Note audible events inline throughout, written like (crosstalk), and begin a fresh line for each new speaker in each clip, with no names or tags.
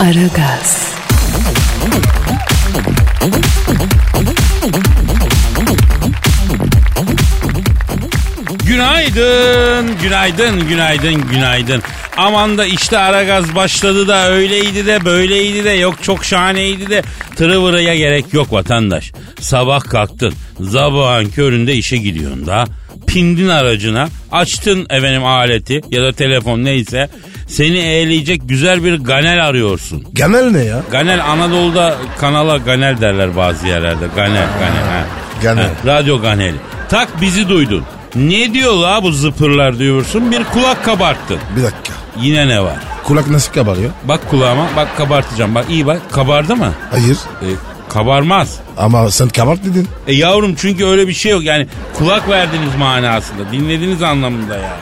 Aragaz,
Günaydın, günaydın, günaydın, günaydın. Aman da işte Aragaz başladı da öyleydi de böyleydi de yok çok şahaneydi de tırıvırıya gerek yok vatandaş. Sabah kalktın, zabağın köründe işe gidiyorsun da pindin aracına, açtın efendim aleti ya da telefon neyse seni eğleyecek güzel bir ganel arıyorsun.
Genel ne ya?
Ganel Anadolu'da kanala Ganel derler bazı yerlerde. Ganel, Ganel. Ha.
Ganel.
Ha, radyo Ganel. Tak bizi duydun. Ne diyor la bu zıpırlar diyorsun. Bir kulak kabarttın.
Bir dakika.
Yine ne var?
Kulak nasıl kabarıyor?
Bak kulağıma bak kabartacağım. Bak iyi bak kabardı mı?
Hayır.
E, kabarmaz.
Ama sen kabart dedin.
E yavrum çünkü öyle bir şey yok. Yani kulak verdiniz manasında. Dinlediniz anlamında yani.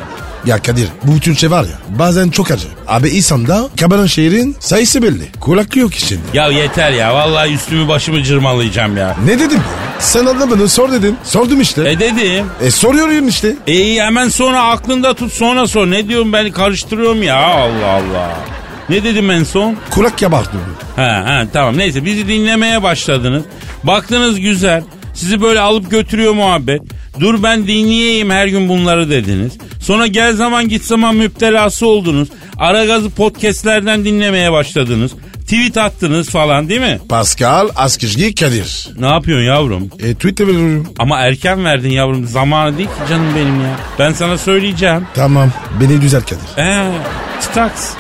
Ya Kadir bu bütün şey var ya bazen çok acı. Abi insanda kabaran şehrin sayısı belli. Kulak yok içinde.
Ya yeter ya. Vallahi üstümü başımı cırmalayacağım ya.
Ne dedim ya? Sen anlamadın sor dedin. Sordum işte.
E dedim.
E, soruyorum işte.
E iyi, hemen sonra aklında tut sonra sor. Ne diyorum ben karıştırıyorum ya Allah Allah. Ne dedim en son?
Kulak kabartıyor.
Ha, ha tamam neyse bizi dinlemeye başladınız. Baktınız güzel. Sizi böyle alıp götürüyor muhabbet. Dur ben dinleyeyim her gün bunları dediniz. Sonra gel zaman git zaman müptelası oldunuz. Ara gazı podcastlerden dinlemeye başladınız. Tweet attınız falan değil mi?
Pascal Askizgi Kadir.
Ne yapıyorsun yavrum?
E, Twitter veriyorum.
Ama erken verdin yavrum. Zamanı değil ki canım benim ya. Ben sana söyleyeceğim.
Tamam beni düzelt Kadir.
Ee, staks.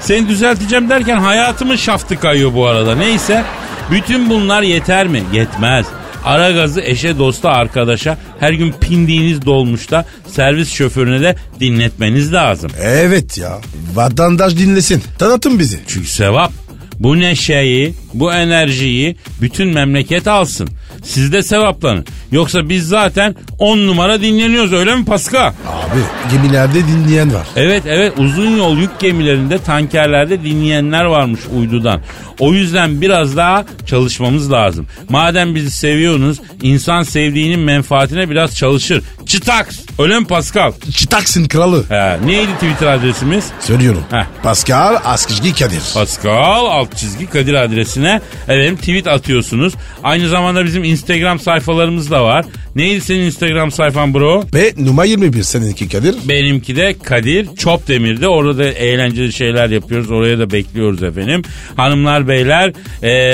Seni düzelteceğim derken hayatımın şaftı kayıyor bu arada. Neyse. Bütün bunlar yeter mi? Yetmez. Ara gazı eşe dosta arkadaşa her gün pindiğiniz dolmuşta servis şoförüne de dinletmeniz lazım.
Evet ya. Vatandaş dinlesin. Tanıtın bizi.
Çünkü sevap. Bu neşeyi, bu enerjiyi bütün memleket alsın. Siz de sevaplanın. Yoksa biz zaten 10 numara dinleniyoruz öyle mi Paska?
Abi gemilerde dinleyen var.
Evet evet uzun yol yük gemilerinde tankerlerde dinleyenler varmış uydudan. O yüzden biraz daha çalışmamız lazım. Madem bizi seviyorsunuz insan sevdiğinin menfaatine biraz çalışır. Çıtaks öyle mi Pascal?
Çıtaksın kralı.
He, neydi Twitter adresimiz?
Söylüyorum.
Heh.
Pascal Askizgi Kadir.
Pascal alt çizgi Kadir adresine efendim, tweet atıyorsunuz. Aynı zamanda bizim Instagram sayfalarımız da var. Neydi senin Instagram sayfan bro?
Ve numara 21 seninki Kadir.
Benimki de Kadir Çopdemir'de. Orada da eğlenceli şeyler yapıyoruz. Oraya da bekliyoruz efendim. Hanımlar beyler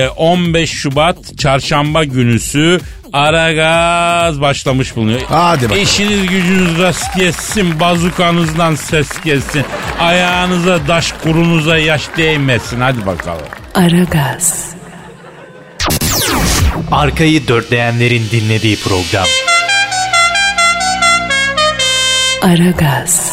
e, 15 Şubat çarşamba günüsü Aragaz başlamış bulunuyor.
Hadi bakalım.
İşiniz gücünüz rast kessin, bazukanızdan ses kessin, ayağınıza taş kurunuza yaş değmesin. Hadi bakalım.
Aragaz,
Arkayı dörtleyenlerin dinlediği program.
Aragaz,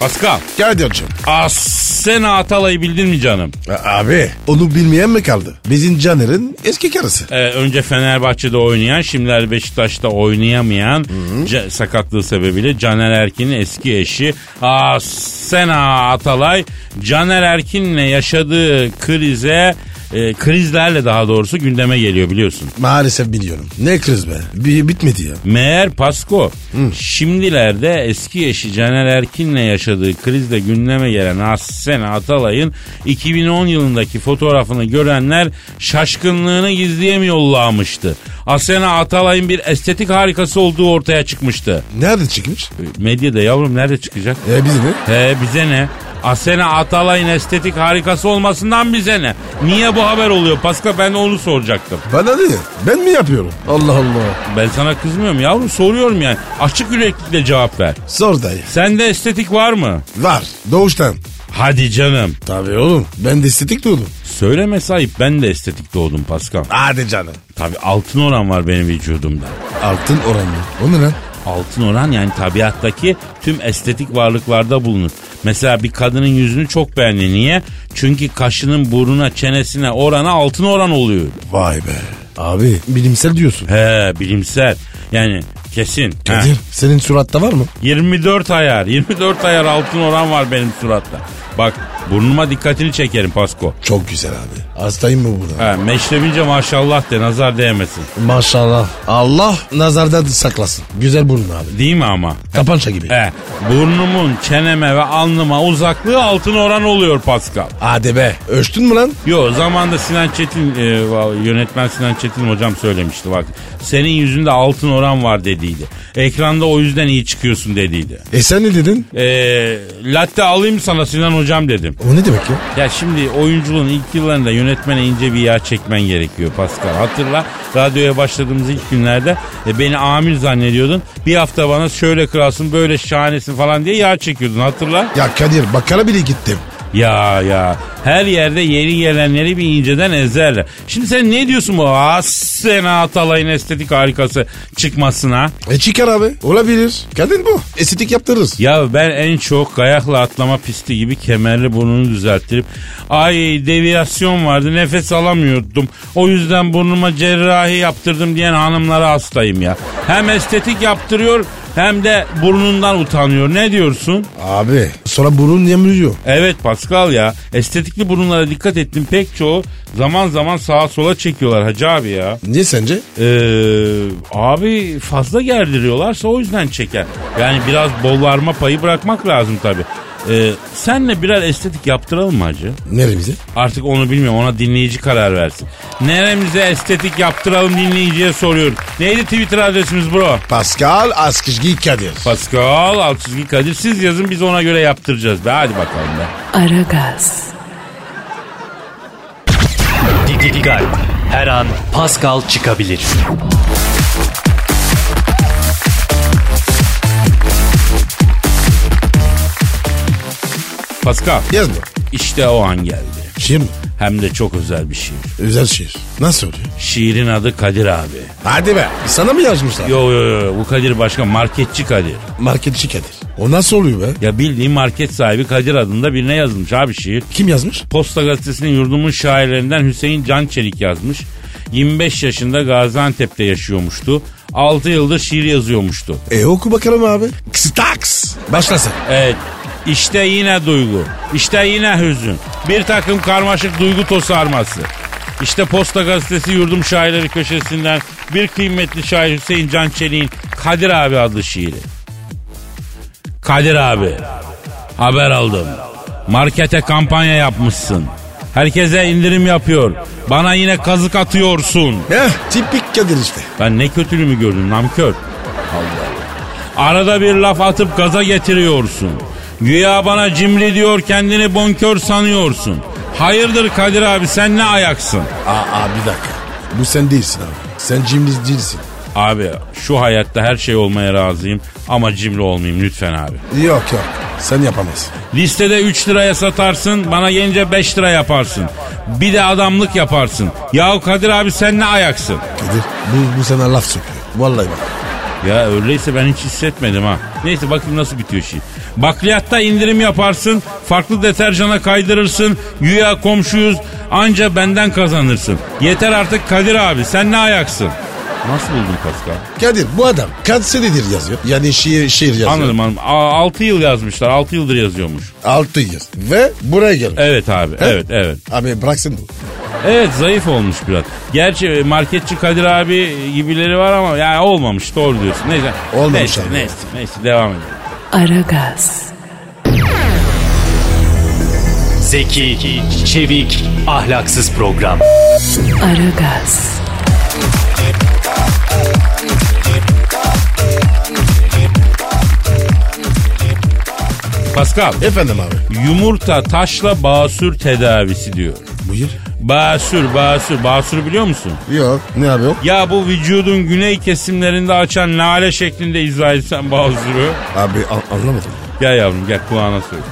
Pascal,
Kadir'cim.
Asena Atalay'ı bildin mi canım?
A- Abi. Onu bilmeyen mi kaldı? Bizim Caner'in eski karısı.
Ee, önce Fenerbahçe'de oynayan, şimdiler Beşiktaş'ta oynayamayan ca- sakatlığı sebebiyle Caner Erkin'in eski eşi Asena Atalay Caner Erkin'le yaşadığı krize e, krizlerle daha doğrusu gündeme geliyor biliyorsun.
Maalesef biliyorum. Ne kriz be. Bi- bitmedi ya.
Meğer Pasko şimdilerde eski eşi Caner Erkin'le yaşadığı krizde gündeme gelen Hasan Atalay'ın 2010 yılındaki fotoğrafını görenler şaşkınlığını gizleyemiyorlarmıştı. Asena Atalay'ın bir estetik harikası olduğu ortaya çıkmıştı.
Nerede çıkmış?
Medyada yavrum nerede çıkacak?
E bizi mi?
He bize ne? Asena Atalay'ın estetik harikası olmasından bize ne? Niye bu haber oluyor Pasko ben de onu soracaktım.
Bana ne? Ben mi yapıyorum? Allah Allah.
Ben sana kızmıyorum yavrum soruyorum yani. Açık yüreklilikle cevap ver.
Sor dayı.
Sende estetik var mı?
Var. Doğuştan.
Hadi canım.
Tabii oğlum. Ben de estetik doğdum.
Söylemesi ayıp ben de estetik doğdum Pascal.
Hadi canım.
Tabii altın oran var benim vücudumda.
Altın oranı. O ne lan?
Altın oran yani tabiattaki tüm estetik varlıklarda bulunur. Mesela bir kadının yüzünü çok beğendi. Niye? Çünkü kaşının buruna, çenesine, orana altın oran oluyor.
Vay be. Abi bilimsel diyorsun.
He bilimsel. Yani kesin. He.
Kadir senin suratta var mı?
24 ayar. 24 ayar altın oran var benim suratta. Bak burnuma dikkatini çekerim Pasko.
Çok güzel abi. Hastayım mı burada?
He, meşrebince maşallah de nazar değmesin.
Maşallah. Allah nazardan saklasın. Güzel burun abi.
Değil mi ama?
Kapança gibi.
He, burnumun, çeneme ve alnıma uzaklığı altın oran oluyor Pascal.
Hadi be. Ölçtün mü lan?
Yo zamanda Sinan Çetin e, va- yönetmen Sinan Çetin hocam söylemişti bak. Senin yüzünde altın oran var dediydi. Ekranda o yüzden iyi çıkıyorsun dediydi.
E sen ne dedin?
E, latte alayım sana Sinan hocam dedim.
O ne demek ya?
Ya şimdi oyunculuğun ilk yıllarında yönetmene ince bir yağ çekmen gerekiyor Pascal. Hatırla radyoya başladığımız ilk günlerde e, beni amir zannediyordun. Bir hafta bana şöyle kralsın böyle şahanesin falan diye yağ çekiyordun hatırla.
Ya Kadir bakkala bile gittim.
Ya ya her yerde yeni gelenleri bir inceden ezerler. Şimdi sen ne diyorsun bu as sena Atalay'ın estetik harikası çıkmasına?
E çıkar abi. Olabilir. Kadın bu. Estetik yaptırırız.
Ya ben en çok kayakla atlama pisti gibi kemerli burnunu düzelttirip ay deviyasyon vardı nefes alamıyordum. O yüzden burnuma cerrahi yaptırdım diyen hanımlara hastayım ya. Hem estetik yaptırıyor hem de burnundan utanıyor. Ne diyorsun?
Abi sonra burun yamuluyor.
Evet Pascal ya. Estetikli burunlara dikkat ettim. Pek çoğu zaman zaman sağa sola çekiyorlar hacı abi ya.
Niye sence?
Ee, abi fazla gerdiriyorlarsa o yüzden çeker. Yani biraz bollarma payı bırakmak lazım tabii. Ee, senle birer estetik yaptıralım mı hacı?
Neremize?
Artık onu bilmiyorum ona dinleyici karar versin. Neremize estetik yaptıralım dinleyiciye soruyorum. Neydi Twitter adresimiz bro?
Pascal Askışgi Kadir.
Pascal alt çizgi Kadir siz yazın biz ona göre yaptıracağız. Be hadi bakalım be.
Aragaz,
Didi Gal. Her an Pascal çıkabilir.
Pascal
Yaz mı?
işte o an geldi.
Şiir mi?
Hem de çok özel bir şiir.
Özel şiir. Nasıl oluyor?
Şiirin adı Kadir abi.
Hadi be. Sana mı yazmışlar?
Yo yo yo bu Kadir başka marketçi Kadir.
Marketçi Kadir. O nasıl oluyor be?
Ya bildiğin market sahibi Kadir adında birine yazılmış abi şiir.
Kim yazmış?
Posta gazetesinin yurdumun şairlerinden Hüseyin Can Çelik yazmış. 25 yaşında Gaziantep'te yaşıyormuştu. 6 yıldır şiir yazıyormuştu.
E oku bakalım abi. Staks. Başlasın.
Evet. İşte yine duygu. işte yine hüzün. Bir takım karmaşık duygu tosarması. İşte Posta Gazetesi Yurdum Şairleri köşesinden bir kıymetli şair Hüseyin Can Çelik'in Kadir abi adlı şiiri. Kadir abi. Haber aldım. Markete kampanya yapmışsın. Herkese indirim yapıyor. Bana yine kazık atıyorsun.
Heh, tipik Kadir işte.
Ben ne kötülüğümü gördüm namkör. Allah Allah. Arada bir laf atıp gaza getiriyorsun. Güya bana cimri diyor kendini bonkör sanıyorsun. Hayırdır Kadir abi sen ne ayaksın?
Aa, bir dakika. Bu sen değilsin abi. Sen cimriz değilsin.
Abi şu hayatta her şey olmaya razıyım ama cimri olmayayım lütfen abi.
Yok yok. Sen yapamazsın.
Listede 3 liraya satarsın bana gelince 5 lira yaparsın. Bir de adamlık yaparsın. Yahu Kadir abi sen ne ayaksın?
Kadir bu, bu sana laf sokuyor. Vallahi bak.
Ya öyleyse ben hiç hissetmedim ha. Neyse bakayım nasıl bitiyor şey. Bakliyatta indirim yaparsın, farklı deterjana kaydırırsın, güya komşuyuz anca benden kazanırsın. Yeter artık Kadir abi sen ne ayaksın? Nasıl buldun Pascal?
Kadir bu adam kadsedidir yazıyor. Yani şiir, şiir yazıyor.
Anladım hanım. 6 yıl yazmışlar. 6 yıldır yazıyormuş.
Altı yaz. Ve buraya gel.
Evet abi. Evet evet.
Abi bıraksın bu.
Evet zayıf olmuş biraz. Gerçi e, marketçi Kadir abi gibileri var ama yani olmamış doğru diyorsun. Neyse.
Olmamış
neyse,
abi.
neyse, neyse devam edelim.
Aragaz,
Zeki, çevik, ahlaksız program.
Aragaz,
Pascal.
Efendim abi.
Yumurta taşla basür tedavisi diyor.
Buyur.
Basür, basür, basür biliyor musun?
Yok. Ne abi yok?
Ya bu vücudun güney kesimlerinde açan lale şeklinde izah etsen basürü.
Abi an- anlamadım.
Gel yavrum gel kulağına söyle.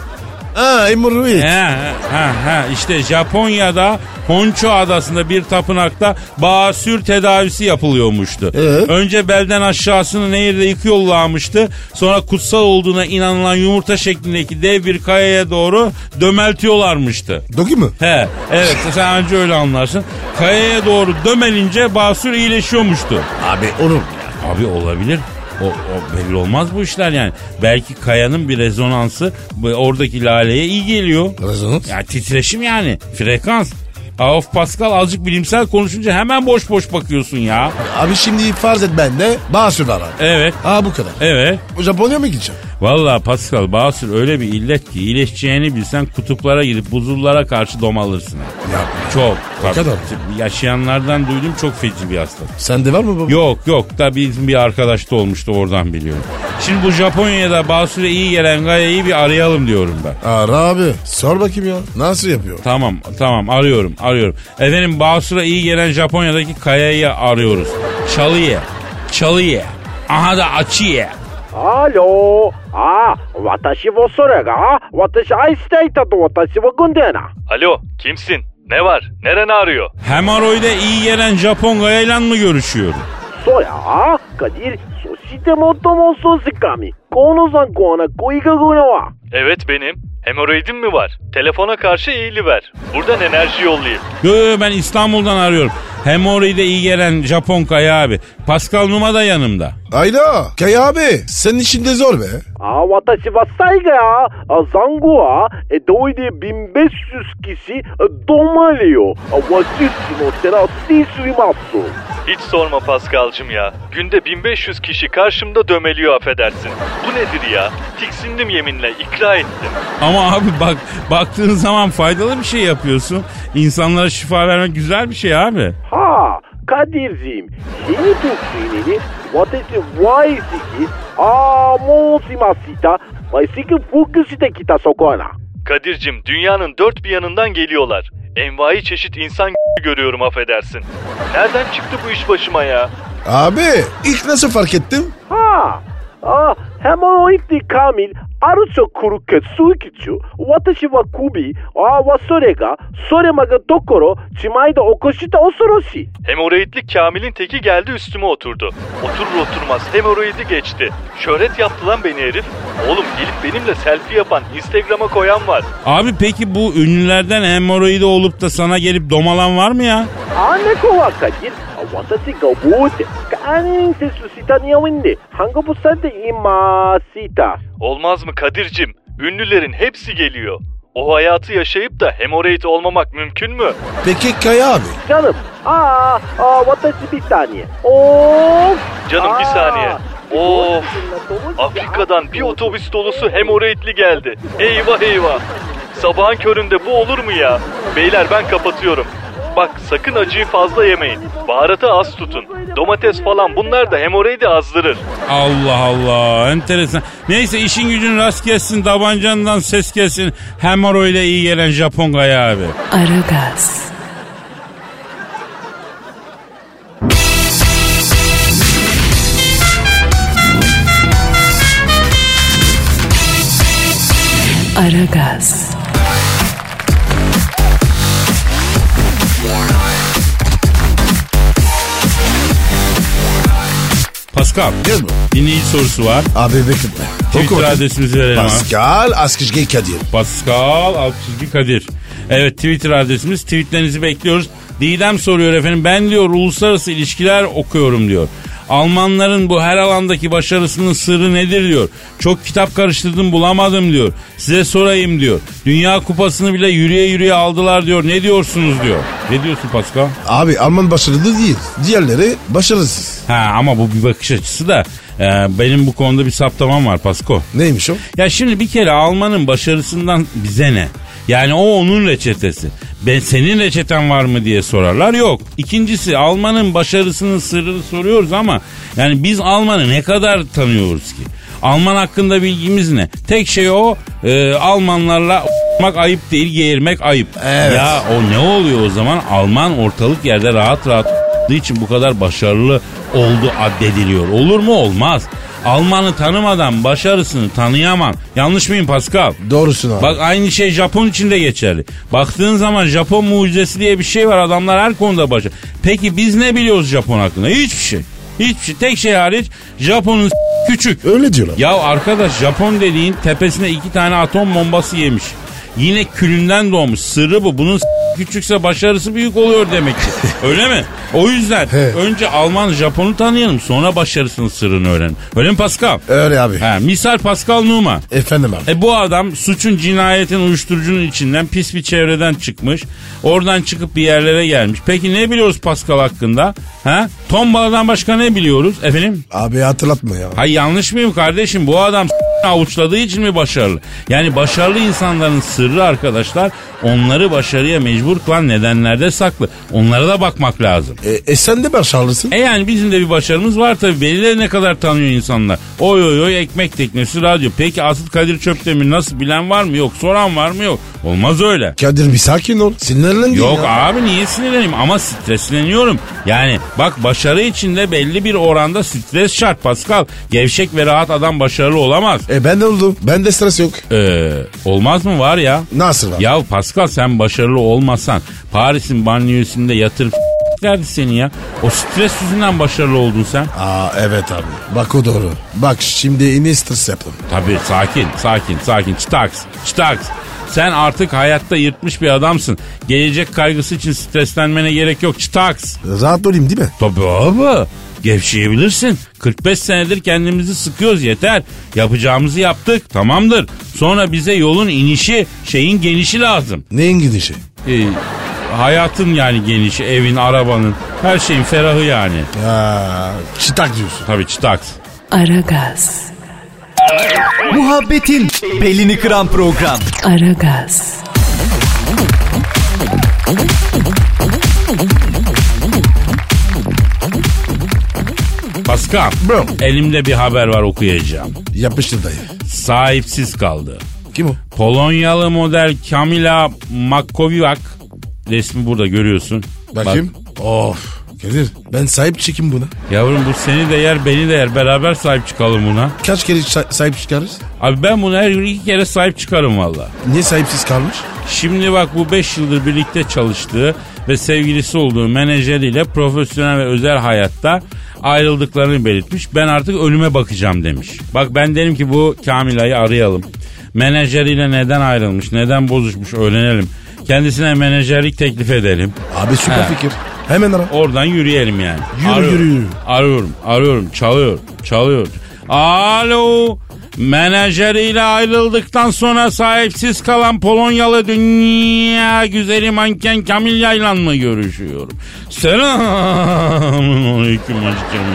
Ha hemoroid.
He, he, he. İşte Japonya'da Honcho adasında bir tapınakta basür tedavisi yapılıyormuştu. Önce belden aşağısını nehirde yıkıyorlarmıştı. Sonra kutsal olduğuna inanılan yumurta şeklindeki dev bir kayaya doğru dömeltiyorlarmıştı.
Doki mu?
He, evet sen anca öyle anlarsın. Kayaya doğru dömelince basür iyileşiyormuştu.
Abi oğlum.
Abi olabilir. O, o belli olmaz bu işler yani. Belki kayanın bir rezonansı bu- oradaki laleye iyi geliyor.
Rezonans?
Ya titreşim yani. Frekans. Of Pascal azıcık bilimsel konuşunca hemen boş boş bakıyorsun ya.
Abi şimdi farz et bende Basur var abi.
Evet.
Aa bu kadar.
Evet.
Japonya mı gideceğim?
Vallahi Pascal Basur öyle bir illet ki iyileşeceğini bilsen kutuplara gidip buzullara karşı domalırsın.
Ya
Çok. Tabii.
kadar.
Yaşayanlardan duydum çok feci bir hastalık.
sende var mı baba?
Yok yok da bizim bir arkadaş da olmuştu oradan biliyorum. Şimdi bu Japonya'da Basur'a iyi gelen Gaya'yı bir arayalım diyorum ben.
Ara abi. Sor bakayım ya. Nasıl yapıyor?
Tamam tamam arıyorum arıyorum. Efendim Basur'a iyi gelen Japonya'daki Kaya'yı arıyoruz. Çalıya, çalıya, aha da açıya.
ハローああ、私もそれが、私愛していたと私は軍だよな。
Alo kimsin? Ne var? Nereni arıyor?
Hemoroide iyi gelen Japon Gaya'yla mı görüşüyorum?
そりゃあ、カディル、そして最もそうしかみ、このさんこな恋がぐなわ。
Evet benim. Hemoroidim mi var? Telefona karşı iyili ver. Buradan enerji yollayayım.
Yo, yo, ben İstanbul'dan arıyorum. Hemoroide iyi gelen Japon Kaya abi. Pascal Numa da yanımda.
Ayda. Kaya abi. Senin işin de zor be.
ああ、私は最後や、あ残後は、え、どいで便別好きし、どまれよ。あ私の手な、しすいます。
Hiç sorma Paskal'cım ya. Günde 1500 kişi karşımda dömeliyor affedersin. Bu nedir ya? Tiksindim yeminle ikra ettim.
Ama abi bak baktığın zaman faydalı bir şey yapıyorsun. İnsanlara şifa vermek güzel bir şey abi.
Ha Kadir'ciğim yeni Türk vatesi vaiziki amozimasita vaiziki fukushite kita sokona.
Kadir'cim dünyanın dört bir yanından geliyorlar. Envai çeşit insan (laughs) görüyorum affedersin. Nereden çıktı bu iş başıma ya?
Abi ilk nasıl fark ettim?
Ha ah, hemoroidli kamil aruço kuru ketsu ikichu watashi wa kubi a wa sore ga sore maga dokoro chimai da okoshita osoroshi.
Hemoroidli Kamil'in teki geldi üstüme oturdu. Oturur oturmaz hemoroidi geçti. Şöhret yaptı lan beni herif. Oğlum gelip benimle selfie yapan, Instagram'a koyan var.
Abi peki bu ünlülerden hemoroidi olup da sana gelip domalan var mı ya?
Anne kova Kadir watashi ga wote kanin sesusita niyawinde hangobu sade imasita.
Olmaz mı Kadir'cim? Ünlülerin hepsi geliyor. O hayatı yaşayıp da hemoroid olmamak mümkün mü?
Peki Kaya abi.
Canım. Aa, aa watashi bir saniye. Of.
Canım bir
Aa.
saniye. Of. Afrika'dan bir otobüs dolusu hemoroidli geldi. Eyvah eyvah. Sabahın köründe bu olur mu ya? Beyler ben kapatıyorum. Bak sakın acıyı fazla yemeyin. Baharatı az tutun. Domates falan bunlar da hemoroidi azdırır.
Allah Allah enteresan. Neyse işin gücün rast gelsin tabancandan ses gelsin. Hemoroide iyi gelen Japon Gaya abi.
Aragaz, Aragaz,
Pascal
Gel mi?
dinleyici sorusu var.
Abi bekletme. Oku
Twitter
bakayım.
adresimizi verelim abi.
Pascal Askışge Kadir.
Pascal alt çizgi Kadir. Evet Twitter adresimiz tweetlerinizi bekliyoruz. Didem soruyor efendim ben diyor uluslararası ilişkiler okuyorum diyor. Almanların bu her alandaki başarısının sırrı nedir diyor. Çok kitap karıştırdım bulamadım diyor. Size sorayım diyor. Dünya kupasını bile yürüye yürüye aldılar diyor. Ne diyorsunuz diyor. Ne diyorsun Pascal?
Abi Alman başarılı değil. Diğerleri başarısız.
Ha ama bu bir bakış açısı da e, benim bu konuda bir saptamam var Pasko.
Neymiş o?
Ya şimdi bir kere Alman'ın başarısından bize ne? Yani o onun reçetesi. Ben senin reçeten var mı diye sorarlar. Yok. İkincisi Alman'ın başarısının sırrını soruyoruz ama yani biz Alman'ı ne kadar tanıyoruz ki? Alman hakkında bilgimiz ne? Tek şey o e, Almanlarla mak ayıp değil, geğirmek ayıp.
Evet.
Ya o ne oluyor o zaman? Alman ortalık yerde rahat rahat yaptığı için bu kadar başarılı oldu addediliyor. Olur mu? Olmaz. Almanı tanımadan başarısını tanıyamam. Yanlış mıyım Pascal?
Doğrusun abi.
Bak aynı şey Japon için de geçerli. Baktığın zaman Japon mucizesi diye bir şey var. Adamlar her konuda başarılı. Peki biz ne biliyoruz Japon hakkında? Hiçbir şey. Hiçbir şey. Tek şey hariç Japon'un s- küçük.
Öyle diyorlar.
Ya arkadaş Japon dediğin tepesine iki tane atom bombası yemiş. Yine külünden doğmuş. Sırrı bu. Bunun s- küçükse başarısı büyük oluyor demek ki. Öyle mi? O yüzden
He.
önce Alman Japon'u tanıyalım sonra başarısının sırrını öğrenelim. Öyle mi Pascal?
Öyle abi.
Ha, misal Pascal Numa.
Efendim abi.
E bu adam suçun cinayetin uyuşturucunun içinden pis bir çevreden çıkmış. Oradan çıkıp bir yerlere gelmiş. Peki ne biliyoruz Pascal hakkında? Ha? Tombala'dan başka ne biliyoruz efendim?
Abi hatırlatma ya.
Hay yanlış mıyım kardeşim? Bu adam s- avuçladığı için mi başarılı? Yani başarılı insanların sırrı arkadaşlar onları başarıya mecbur kılan nedenlerde saklı. Onlara da bakmak lazım.
E, e sen de başarılısın.
E yani bizim de bir başarımız var tabii. Velileri ne kadar tanıyor insanlar. Oy oy oy ekmek teknesi radyo. Peki Asıl Kadir Çöptemir nasıl bilen var mı? Yok soran var mı? Yok. Olmaz öyle.
Kadir bir sakin ol. Sinirlendin
Yok
ya.
abi niye sinirleneyim ama stresleniyorum. Yani bak başarı içinde belli bir oranda stres şart Pascal. Gevşek ve rahat adam başarılı olamaz.
E ben de oldum. Ben de stres yok.
Ee, olmaz mı var ya?
Nasıl var?
Ya Pascal sen başarılı olmasan Paris'in banliyösünde yatırıp derdi seni ya. O stres yüzünden başarılı oldun sen.
Aa evet abi. Bak o doğru. Bak şimdi yine stres yaptım.
Tabii sakin sakin sakin çıtaks çıtaks. Sen artık hayatta yırtmış bir adamsın. Gelecek kaygısı için streslenmene gerek yok çıtaks.
Rahat olayım değil mi?
Tabii abi. Gevşeyebilirsin. 45 senedir kendimizi sıkıyoruz yeter. Yapacağımızı yaptık tamamdır. Sonra bize yolun inişi şeyin genişi lazım.
Neyin gidişi?
Ee, hayatın yani genişi evin arabanın her şeyin ferahı yani.
Ya çıtak diyorsun.
Tabii çıtaks.
Aragaz,
Muhabbetin belini kıran program.
Aragaz,
Paskal
Bro.
elimde bir haber var okuyacağım.
Yapıştır dayı.
Sahipsiz kaldı.
Kim o?
Polonyalı model Kamila Makowiak resmi burada görüyorsun.
Bakayım. Of. Kadir ben sahip çıkayım buna.
Bak, yavrum bu seni de yer beni de yer beraber sahip çıkalım buna.
Kaç kere sa- sahip çıkarız?
Abi ben buna her gün iki kere sahip çıkarım valla.
Niye sahipsiz kalmış?
Şimdi bak bu 5 yıldır birlikte çalıştığı ve sevgilisi olduğu menajeriyle profesyonel ve özel hayatta ayrıldıklarını belirtmiş. Ben artık ölüme bakacağım demiş. Bak ben derim ki bu Kamila'yı arayalım. Menajeriyle neden ayrılmış, neden bozuşmuş öğrenelim. Kendisine menajerlik teklif edelim.
Abi süper
He.
fikir. Hemen ara.
Oradan yürüyelim yani.
Yürü,
arıyorum,
yürü, yürü.
Arıyorum, arıyorum, çalıyor, çalıyor. Alo, menajeriyle ayrıldıktan sonra sahipsiz kalan Polonyalı dünya güzeli manken Kamilya ile mı görüşüyorum? Selamun aleyküm aşkım.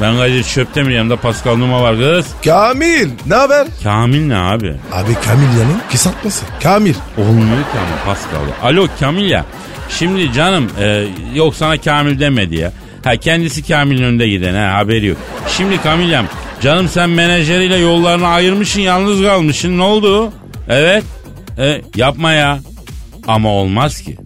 Ben Kadir Çöptemir yanımda Pascal Numa var kız.
Kamil ne haber?
Kamil ne abi?
Abi Kamil yanın kısaltması. Kamil.
Olmuyor ki ama Pascal. Alo Kamil ya. Şimdi canım e, yok sana Kamil demedi ya. Ha kendisi Kamil'in önünde giden ha haberi yok. Şimdi Kamilyam canım sen menajeriyle yollarını ayırmışsın yalnız kalmışsın ne oldu? Evet. E, yapma ya. Ama olmaz ki.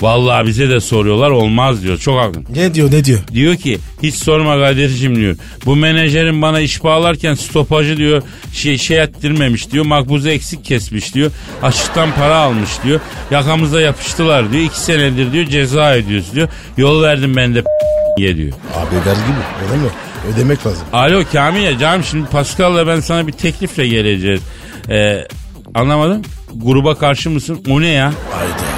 Vallahi bize de soruyorlar olmaz diyor. Çok haklısın.
Ne diyor ne diyor?
Diyor ki hiç sorma Kadir'cim diyor. Bu menajerim bana iş bağlarken stopajı diyor şey, şey ettirmemiş diyor. Makbuzu eksik kesmiş diyor. Açıktan para almış diyor. Yakamıza yapıştılar diyor. İki senedir diyor ceza ödüyoruz diyor. Yol verdim ben de ye diyor.
Abi vergi mi? Öyle mi? Ödemek lazım.
Alo Kamil ya canım şimdi Pascal'la ben sana bir teklifle geleceğiz. Ee, anlamadım. Gruba karşı mısın? O ne ya?
Haydi.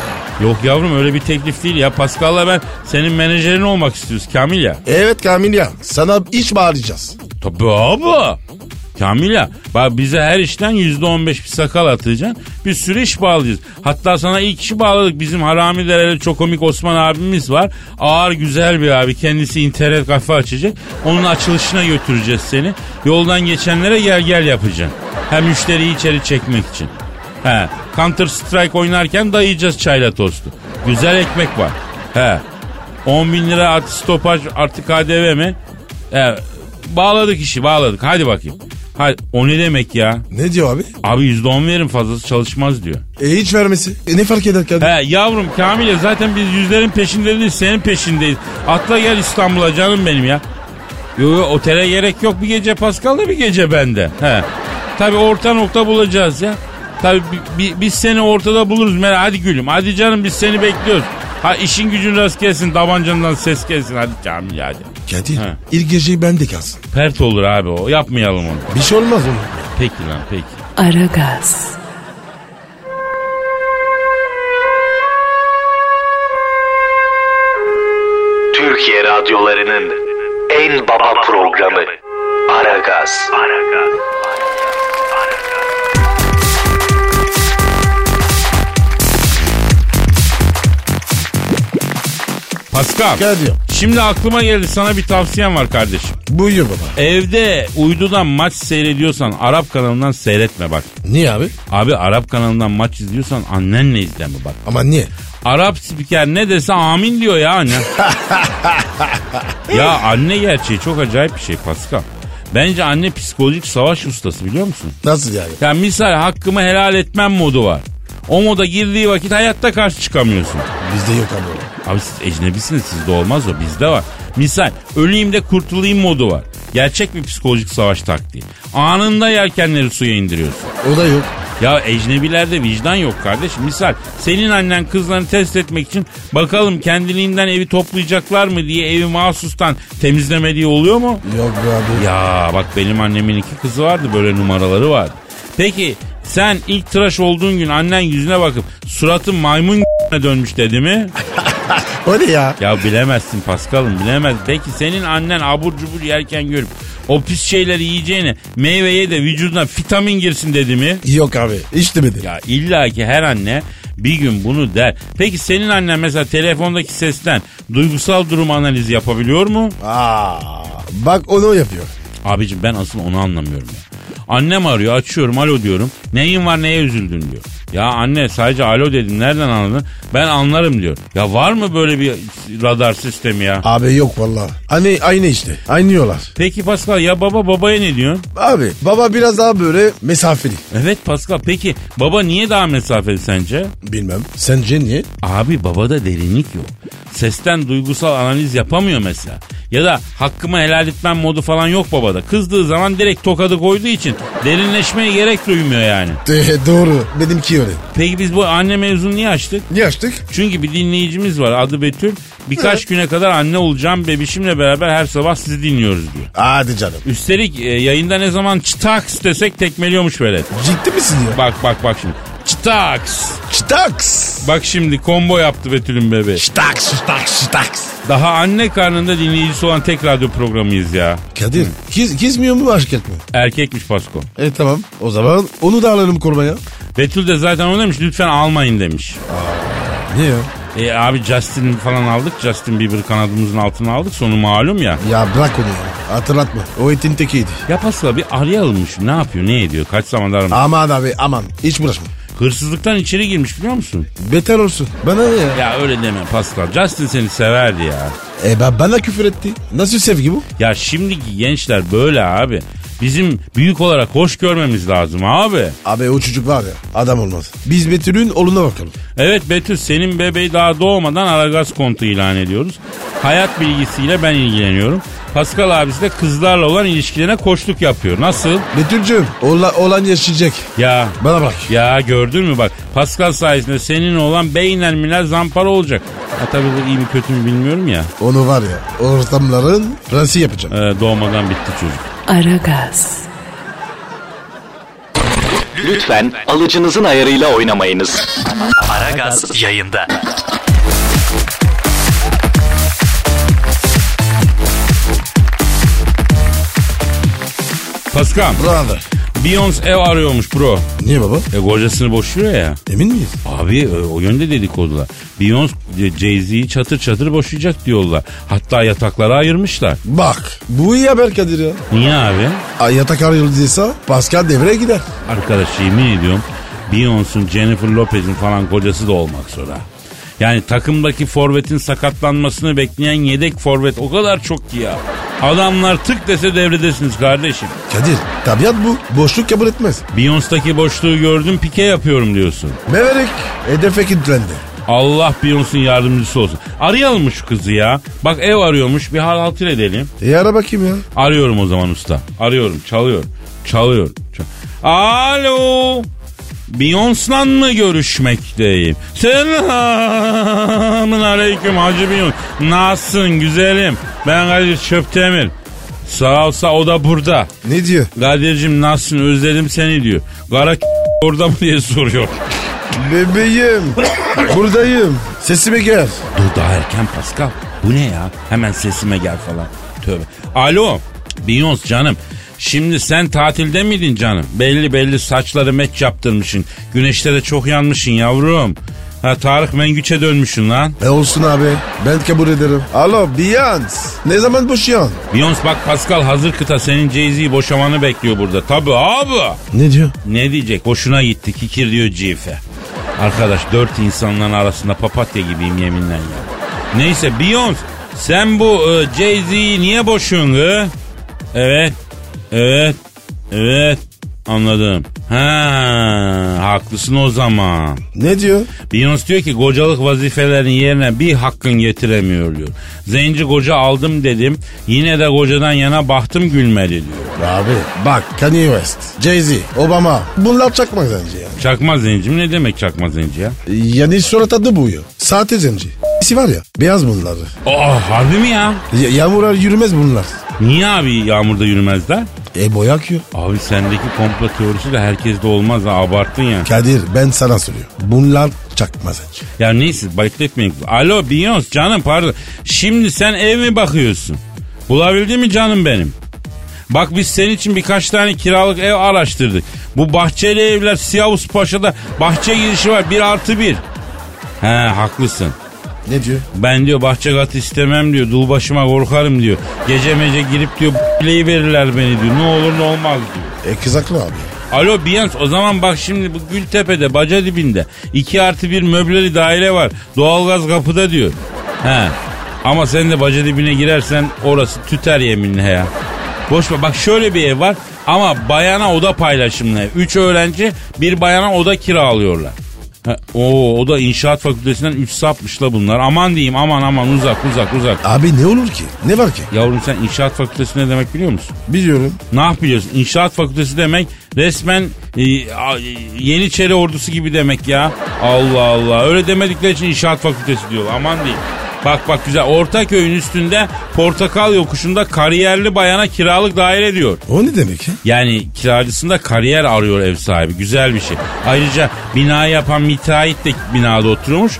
Yok yavrum öyle bir teklif değil ya. Pascal'la ben senin menajerin olmak istiyoruz Kamil ya.
Evet Kamil ya sana iş bağlayacağız.
Tabii abi. Kamila bak bize her işten yüzde on beş bir sakal atacaksın. Bir sürü iş bağlayacağız. Hatta sana ilk işi bağladık. Bizim harami dereli çok komik Osman abimiz var. Ağır güzel bir abi. Kendisi internet kafe açacak. Onun açılışına götüreceğiz seni. Yoldan geçenlere gel gel yapacaksın. Hem müşteriyi içeri çekmek için. He, Counter Strike oynarken dayayacağız çayla tostu. Güzel ekmek var. He, 10 bin lira artı stopaj artı KDV mi? Ee, E, bağladık işi bağladık. Hadi bakayım. Ha, o ne demek ya?
Ne diyor abi?
Abi %10 verin fazlası çalışmaz diyor.
E hiç vermesi. E ne fark eder kadın?
He yavrum Kamil'e zaten biz yüzlerin peşinde değil senin peşindeyiz. Atla gel İstanbul'a canım benim ya. Yo, yo, otele gerek yok bir gece Pascal'da bir gece bende. He. Tabi orta nokta bulacağız ya. Tabi biz seni ortada buluruz Meral hadi gülüm hadi canım biz seni bekliyoruz. Ha işin gücün rast gelsin tabancandan ses gelsin hadi Kamil hadi.
Kadir
He.
ilk geceyi ben de kalsın.
Pert olur abi o yapmayalım onu.
Bir şey olmaz oğlum.
Peki lan peki.
Aragaz,
Türkiye radyolarının en baba programı Aragaz.
Pascal.
Kadir
Şimdi aklıma geldi sana bir tavsiyem var kardeşim.
buyur baba.
Evde uydudan maç seyrediyorsan Arap kanalından seyretme bak.
Niye abi?
Abi Arap kanalından maç izliyorsan annenle izleme bak.
Ama niye?
Arap spiker ne dese amin diyor ya anne. ya anne gerçeği çok acayip bir şey Pascal. Bence anne psikolojik savaş ustası biliyor musun?
Nasıl yani?
Ya misal hakkımı helal etmem modu var. O moda girdiği vakit hayatta karşı çıkamıyorsun.
Bizde yok abi. o.
Abi siz ecnebisiniz sizde olmaz o bizde var. Misal öleyim de kurtulayım modu var. Gerçek bir psikolojik savaş taktiği. Anında yelkenleri suya indiriyorsun.
O da yok.
Ya ecnebilerde vicdan yok kardeşim. Misal senin annen kızlarını test etmek için bakalım kendiliğinden evi toplayacaklar mı diye evi mahsustan temizlemediği oluyor mu?
Yok be abi.
Ya bak benim annemin iki kızı vardı böyle numaraları vardı. Peki sen ilk tıraş olduğun gün annen yüzüne bakıp suratın maymun (laughs) dönmüş dedi mi?
O ne ya?
Ya bilemezsin Paskal'ım bilemez. Peki senin annen abur cubur yerken görüp o pis şeyleri yiyeceğine meyveye de vücuduna vitamin girsin dedi mi?
Yok abi. Hiç demedi.
Ya illa ki her anne bir gün bunu der. Peki senin annen mesela telefondaki sesten duygusal durum analizi yapabiliyor mu?
Aa, bak onu o yapıyor.
Abicim ben asıl onu anlamıyorum ya. Annem arıyor açıyorum alo diyorum. Neyin var neye üzüldün diyor. Ya anne sadece alo dedim nereden anladın? Ben anlarım diyor. Ya var mı böyle bir radar sistemi ya?
Abi yok vallahi. Hani aynı işte. Aynı yollar.
Peki Pascal ya baba babaya ne diyorsun?
Abi baba biraz daha böyle mesafeli.
Evet Pascal peki baba niye daha mesafeli sence?
Bilmem. Sence niye?
Abi babada derinlik yok. Sesten duygusal analiz yapamıyor mesela. Ya da hakkımı helal etmem modu falan yok babada. Kızdığı zaman direkt tokadı koyduğu için derinleşmeye gerek duymuyor yani.
De, doğru. Benimki öyle.
Peki biz bu anne mevzunu niye açtık?
Niye açtık?
Çünkü bir dinleyicimiz var adı Betül. Birkaç güne kadar anne olacağım bebişimle beraber her sabah sizi dinliyoruz diyor.
Hadi canım.
Üstelik e, yayında ne zaman çıtaks desek tekmeliyormuş velet.
Ciddi misin ya?
Bak bak bak şimdi. Çıtaks.
Çıtaks.
Bak şimdi combo yaptı Betül'ün bebeği.
Çıtaks, çıtaks, çıtaks.
Daha anne karnında dinleyicisi olan tek radyo programıyız ya.
Kadir, kiz, kizmiyor mu erkek mi?
Erkekmiş Pasko.
E tamam. O zaman onu da alalım kurmaya.
Betül de zaten onu demiş lütfen almayın demiş.
Niye ya?
E abi Justin falan aldık. Justin Bieber kanadımızın altına aldık. Sonu malum ya.
Ya bırak onu ya. Hatırlatma. O etin tekiydi.
Ya Pasko bir arayalım şu. Ne yapıyor ne ediyor? Kaç zamandır aramıyor?
Aman abi aman. Hiç uğraşma.
Hırsızlıktan içeri girmiş biliyor musun?
Beter olsun. Bana ne ya?
Ya öyle deme Pascal. Justin seni severdi ya.
E ben bana küfür etti. Nasıl sevgi bu?
Ya şimdiki gençler böyle abi. Bizim büyük olarak hoş görmemiz lazım abi.
Abi o çocuk var ya adam olmaz. Biz Betül'ün oğluna bakalım.
Evet Betül senin bebeği daha doğmadan Aragaz kontu ilan ediyoruz. Hayat bilgisiyle ben ilgileniyorum. Pascal abisi de kızlarla olan ilişkilerine koçluk yapıyor. Nasıl?
Betül'cüğüm oğla, oğlan yaşayacak.
Ya
Bana bak.
ya gördün mü bak Pascal sayesinde senin olan beynel minel zampara olacak. Ha tabii bu iyi mi kötü mü bilmiyorum ya.
Onu var ya ortamların prensi yapacağım.
Ee, doğmadan bitti çocuk.
Aragaz,
Lütfen alıcınızın ayarıyla oynamayınız. Aragaz yayında.
Pascal
Brother.
Beyoncé ev arıyormuş bro.
Niye baba?
E kocasını boşuyor ya.
Emin miyiz?
Abi e, o yönde dedikodular. Beyoncé e, Jay-Z'yi çatır çatır boşayacak diyorlar. Hatta yataklara ayırmışlar.
Bak bu iyi haber Kadir ya.
Niye abi?
Ay, yatak arayıldıysa Pascal devreye gider.
Arkadaş yemin ediyorum Beyoncé'un Jennifer Lopez'in falan kocası da olmak sonra. Yani takımdaki forvetin sakatlanmasını bekleyen yedek forvet o kadar çok ki ya. Adamlar tık dese devredesiniz kardeşim.
Kadir tabiat bu. Boşluk kabul etmez.
Beyoncé'daki boşluğu gördüm pike yapıyorum diyorsun.
Meverik hedefe kilitlendi.
Allah Beyoncé'nin yardımcısı olsun. Arayalım mı şu kızı ya? Bak ev arıyormuş bir hal hatır edelim.
E ara bakayım ya.
Arıyorum o zaman usta. Arıyorum. Çalıyor. Çalıyor. çal- Alo. Beyoncé'la mı görüşmekteyim? Selamın aleyküm Hacı Beyoncé. Nasılsın güzelim? Ben Kadir Çöptemir. Sağ olsa o da burada.
Ne diyor?
Kadir'cim nasılsın özledim seni diyor. Kara orada mı diye soruyor.
Bebeğim. (coughs) buradayım. Sesime gel.
Dur daha erken Pascal. Bu ne ya? Hemen sesime gel falan. Tövbe. Alo. Beyoncé canım. Şimdi sen tatilde miydin canım? Belli belli saçları meç yaptırmışsın. Güneşte de çok yanmışsın yavrum. Ha Tarık Mengüç'e dönmüşsün lan.
E olsun abi. Ben kabul ederim. Alo Beyoncé. Ne zaman boşuyorsun?
Beyoncé bak Pascal hazır kıta senin Jay-Z'yi boşamanı bekliyor burada. Tabii abi.
Ne diyor?
Ne diyecek? Hoşuna gitti kikir diyor cife. Arkadaş dört insanların arasında papatya gibiyim yeminle ya. Neyse Beyoncé sen bu e, Jay-Z'yi niye boşuyorsun gı? Evet. Evet. Evet. Anladım. Ha, haklısın o zaman.
Ne diyor?
Beyoncé diyor ki kocalık vazifelerinin yerine bir hakkın getiremiyor diyor. Zenci koca aldım dedim. Yine de kocadan yana bahtım gülmeli diyor.
Abi bak Kanye West, Jay-Z, Obama. Bunlar çakmak zenci yani.
Çakma zenci mi? Ne demek çakma zenci ya?
E, Yani surat adı bu ya. Sahte zenci. İsi var ya beyaz bunlar.
Aa harbi mi ya?
Ya, yağmurlar yürümez bunlar.
Niye abi yağmurda yürümezler?
E boya akıyor.
Abi sendeki komplo teorisi de herkeste olmaz ha abarttın ya.
Kadir ben sana soruyorum. Bunlar çakma zenci.
Ya neyse bekletmeyin. Alo Beyoncé canım pardon. Şimdi sen ev mi bakıyorsun? Bulabildin mi canım benim? Bak biz senin için birkaç tane kiralık ev araştırdık. Bu bahçeli evler Siyavuz Paşa'da bahçe girişi var bir artı bir. He haklısın.
Ne diyor?
Ben diyor bahçe katı istemem diyor. Dul başıma korkarım diyor. Gece mece girip diyor bileyi verirler beni diyor. Ne olur ne olmaz diyor.
E kız haklı abi.
Alo Beyoncé o zaman bak şimdi bu Gültepe'de baca dibinde 2 artı bir möbleli daire var. Doğalgaz kapıda diyor. He. Ama sen de baca dibine girersen orası tüter yeminle ya. Boş ver. Bak şöyle bir ev var ama bayana oda paylaşımlı. ev. Üç öğrenci bir bayana oda kiralıyorlar. He, Oo, o da inşaat fakültesinden 3 sapmış la bunlar. Aman diyeyim aman aman uzak uzak uzak.
Abi ne olur ki? Ne var ki?
Yavrum sen inşaat fakültesi ne demek biliyor musun?
Biliyorum.
Ne yapıyorsun? İnşaat fakültesi demek resmen e, a- e, Yeniçeri ordusu gibi demek ya. Allah Allah. Öyle demedikleri için inşaat fakültesi diyorlar. Aman değil. Bak bak güzel. Ortaköy'ün üstünde portakal yokuşunda kariyerli bayana kiralık daire diyor.
O ne demek ya?
Yani kiracısında kariyer arıyor ev sahibi. Güzel bir şey. Ayrıca bina yapan müteahhit de binada oturuyormuş.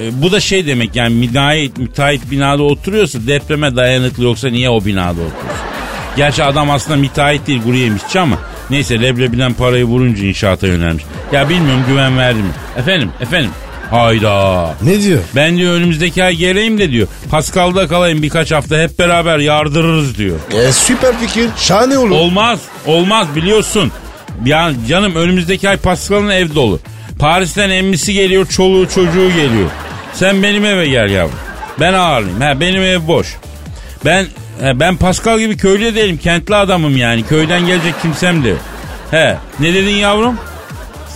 E, bu da şey demek yani müteahhit, müteahhit binada oturuyorsa depreme dayanıklı yoksa niye o binada oturuyorsun? Gerçi adam aslında müteahhit değil kuru yemişçi ama neyse leblebilen parayı vurunca inşaata yönelmiş. Ya bilmiyorum güven verdi mi? Efendim efendim. Hayda.
Ne diyor?
Ben diyor önümüzdeki ay geleyim de diyor. Paskal'da kalayım birkaç hafta hep beraber yardırırız diyor.
E süper fikir. Şahane olur.
Olmaz. Olmaz biliyorsun. Ya canım önümüzdeki ay Pascal'ın ev dolu. Paris'ten emmisi geliyor, çoluğu çocuğu geliyor. Sen benim eve gel yavrum. Ben ağırlayayım. Ha benim ev boş. Ben he, ben Pascal gibi köylü değilim. Kentli adamım yani. Köyden gelecek kimsem de yok. He ne dedin yavrum?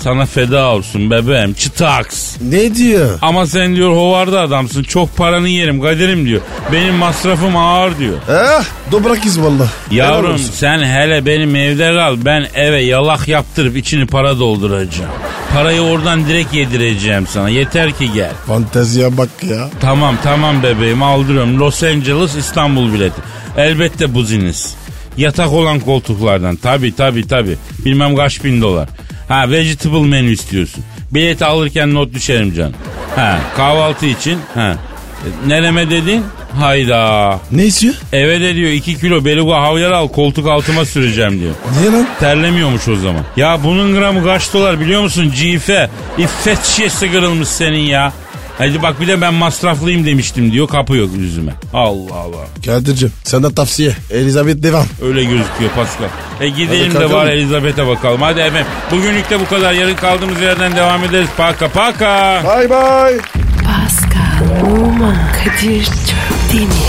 Sana feda olsun bebeğim. Çıtaks.
Ne diyor?
Ama sen diyor hovarda adamsın. Çok paranı yerim Kadir'im diyor. Benim masrafım ağır diyor.
Ah dobrakiz valla. Helal
Yavrum
olsun.
sen hele benim evde kal. Ben eve yalak yaptırıp içini para dolduracağım. Parayı oradan direkt yedireceğim sana. Yeter ki gel.
Fanteziye bak ya.
Tamam tamam bebeğim aldırıyorum. Los Angeles İstanbul bileti. Elbette buziniz. Yatak olan koltuklardan. Tabi tabi tabi. Bilmem kaç bin dolar. Ha vegetable menü istiyorsun. Bileti alırken not düşerim canım. Ha kahvaltı için. Ha. E, Nereme dedin? Hayda.
Ne istiyor?
Eve de diyor 2 kilo beluga havyar al koltuk altıma süreceğim diyor.
Niye lan?
Terlemiyormuş o zaman. Ya bunun gramı kaç dolar biliyor musun cife? İffet şişesi kırılmış senin ya. Hadi bak bir de ben masraflıyım demiştim diyor kapı yok yüzüme. Allah Allah.
Kadir'cim sana tavsiye. Elizabeth devam.
Öyle gözüküyor Pascal. E gidelim
Hadi
de var
kalkalım.
Elizabeth'e bakalım. Hadi efendim. Bugünlük de bu kadar. Yarın kaldığımız yerden devam ederiz. Paka paka.
Bye bye.
Pascal, Oman, Kadir çok değil mi?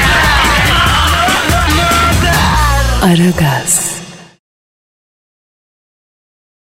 Aragaz.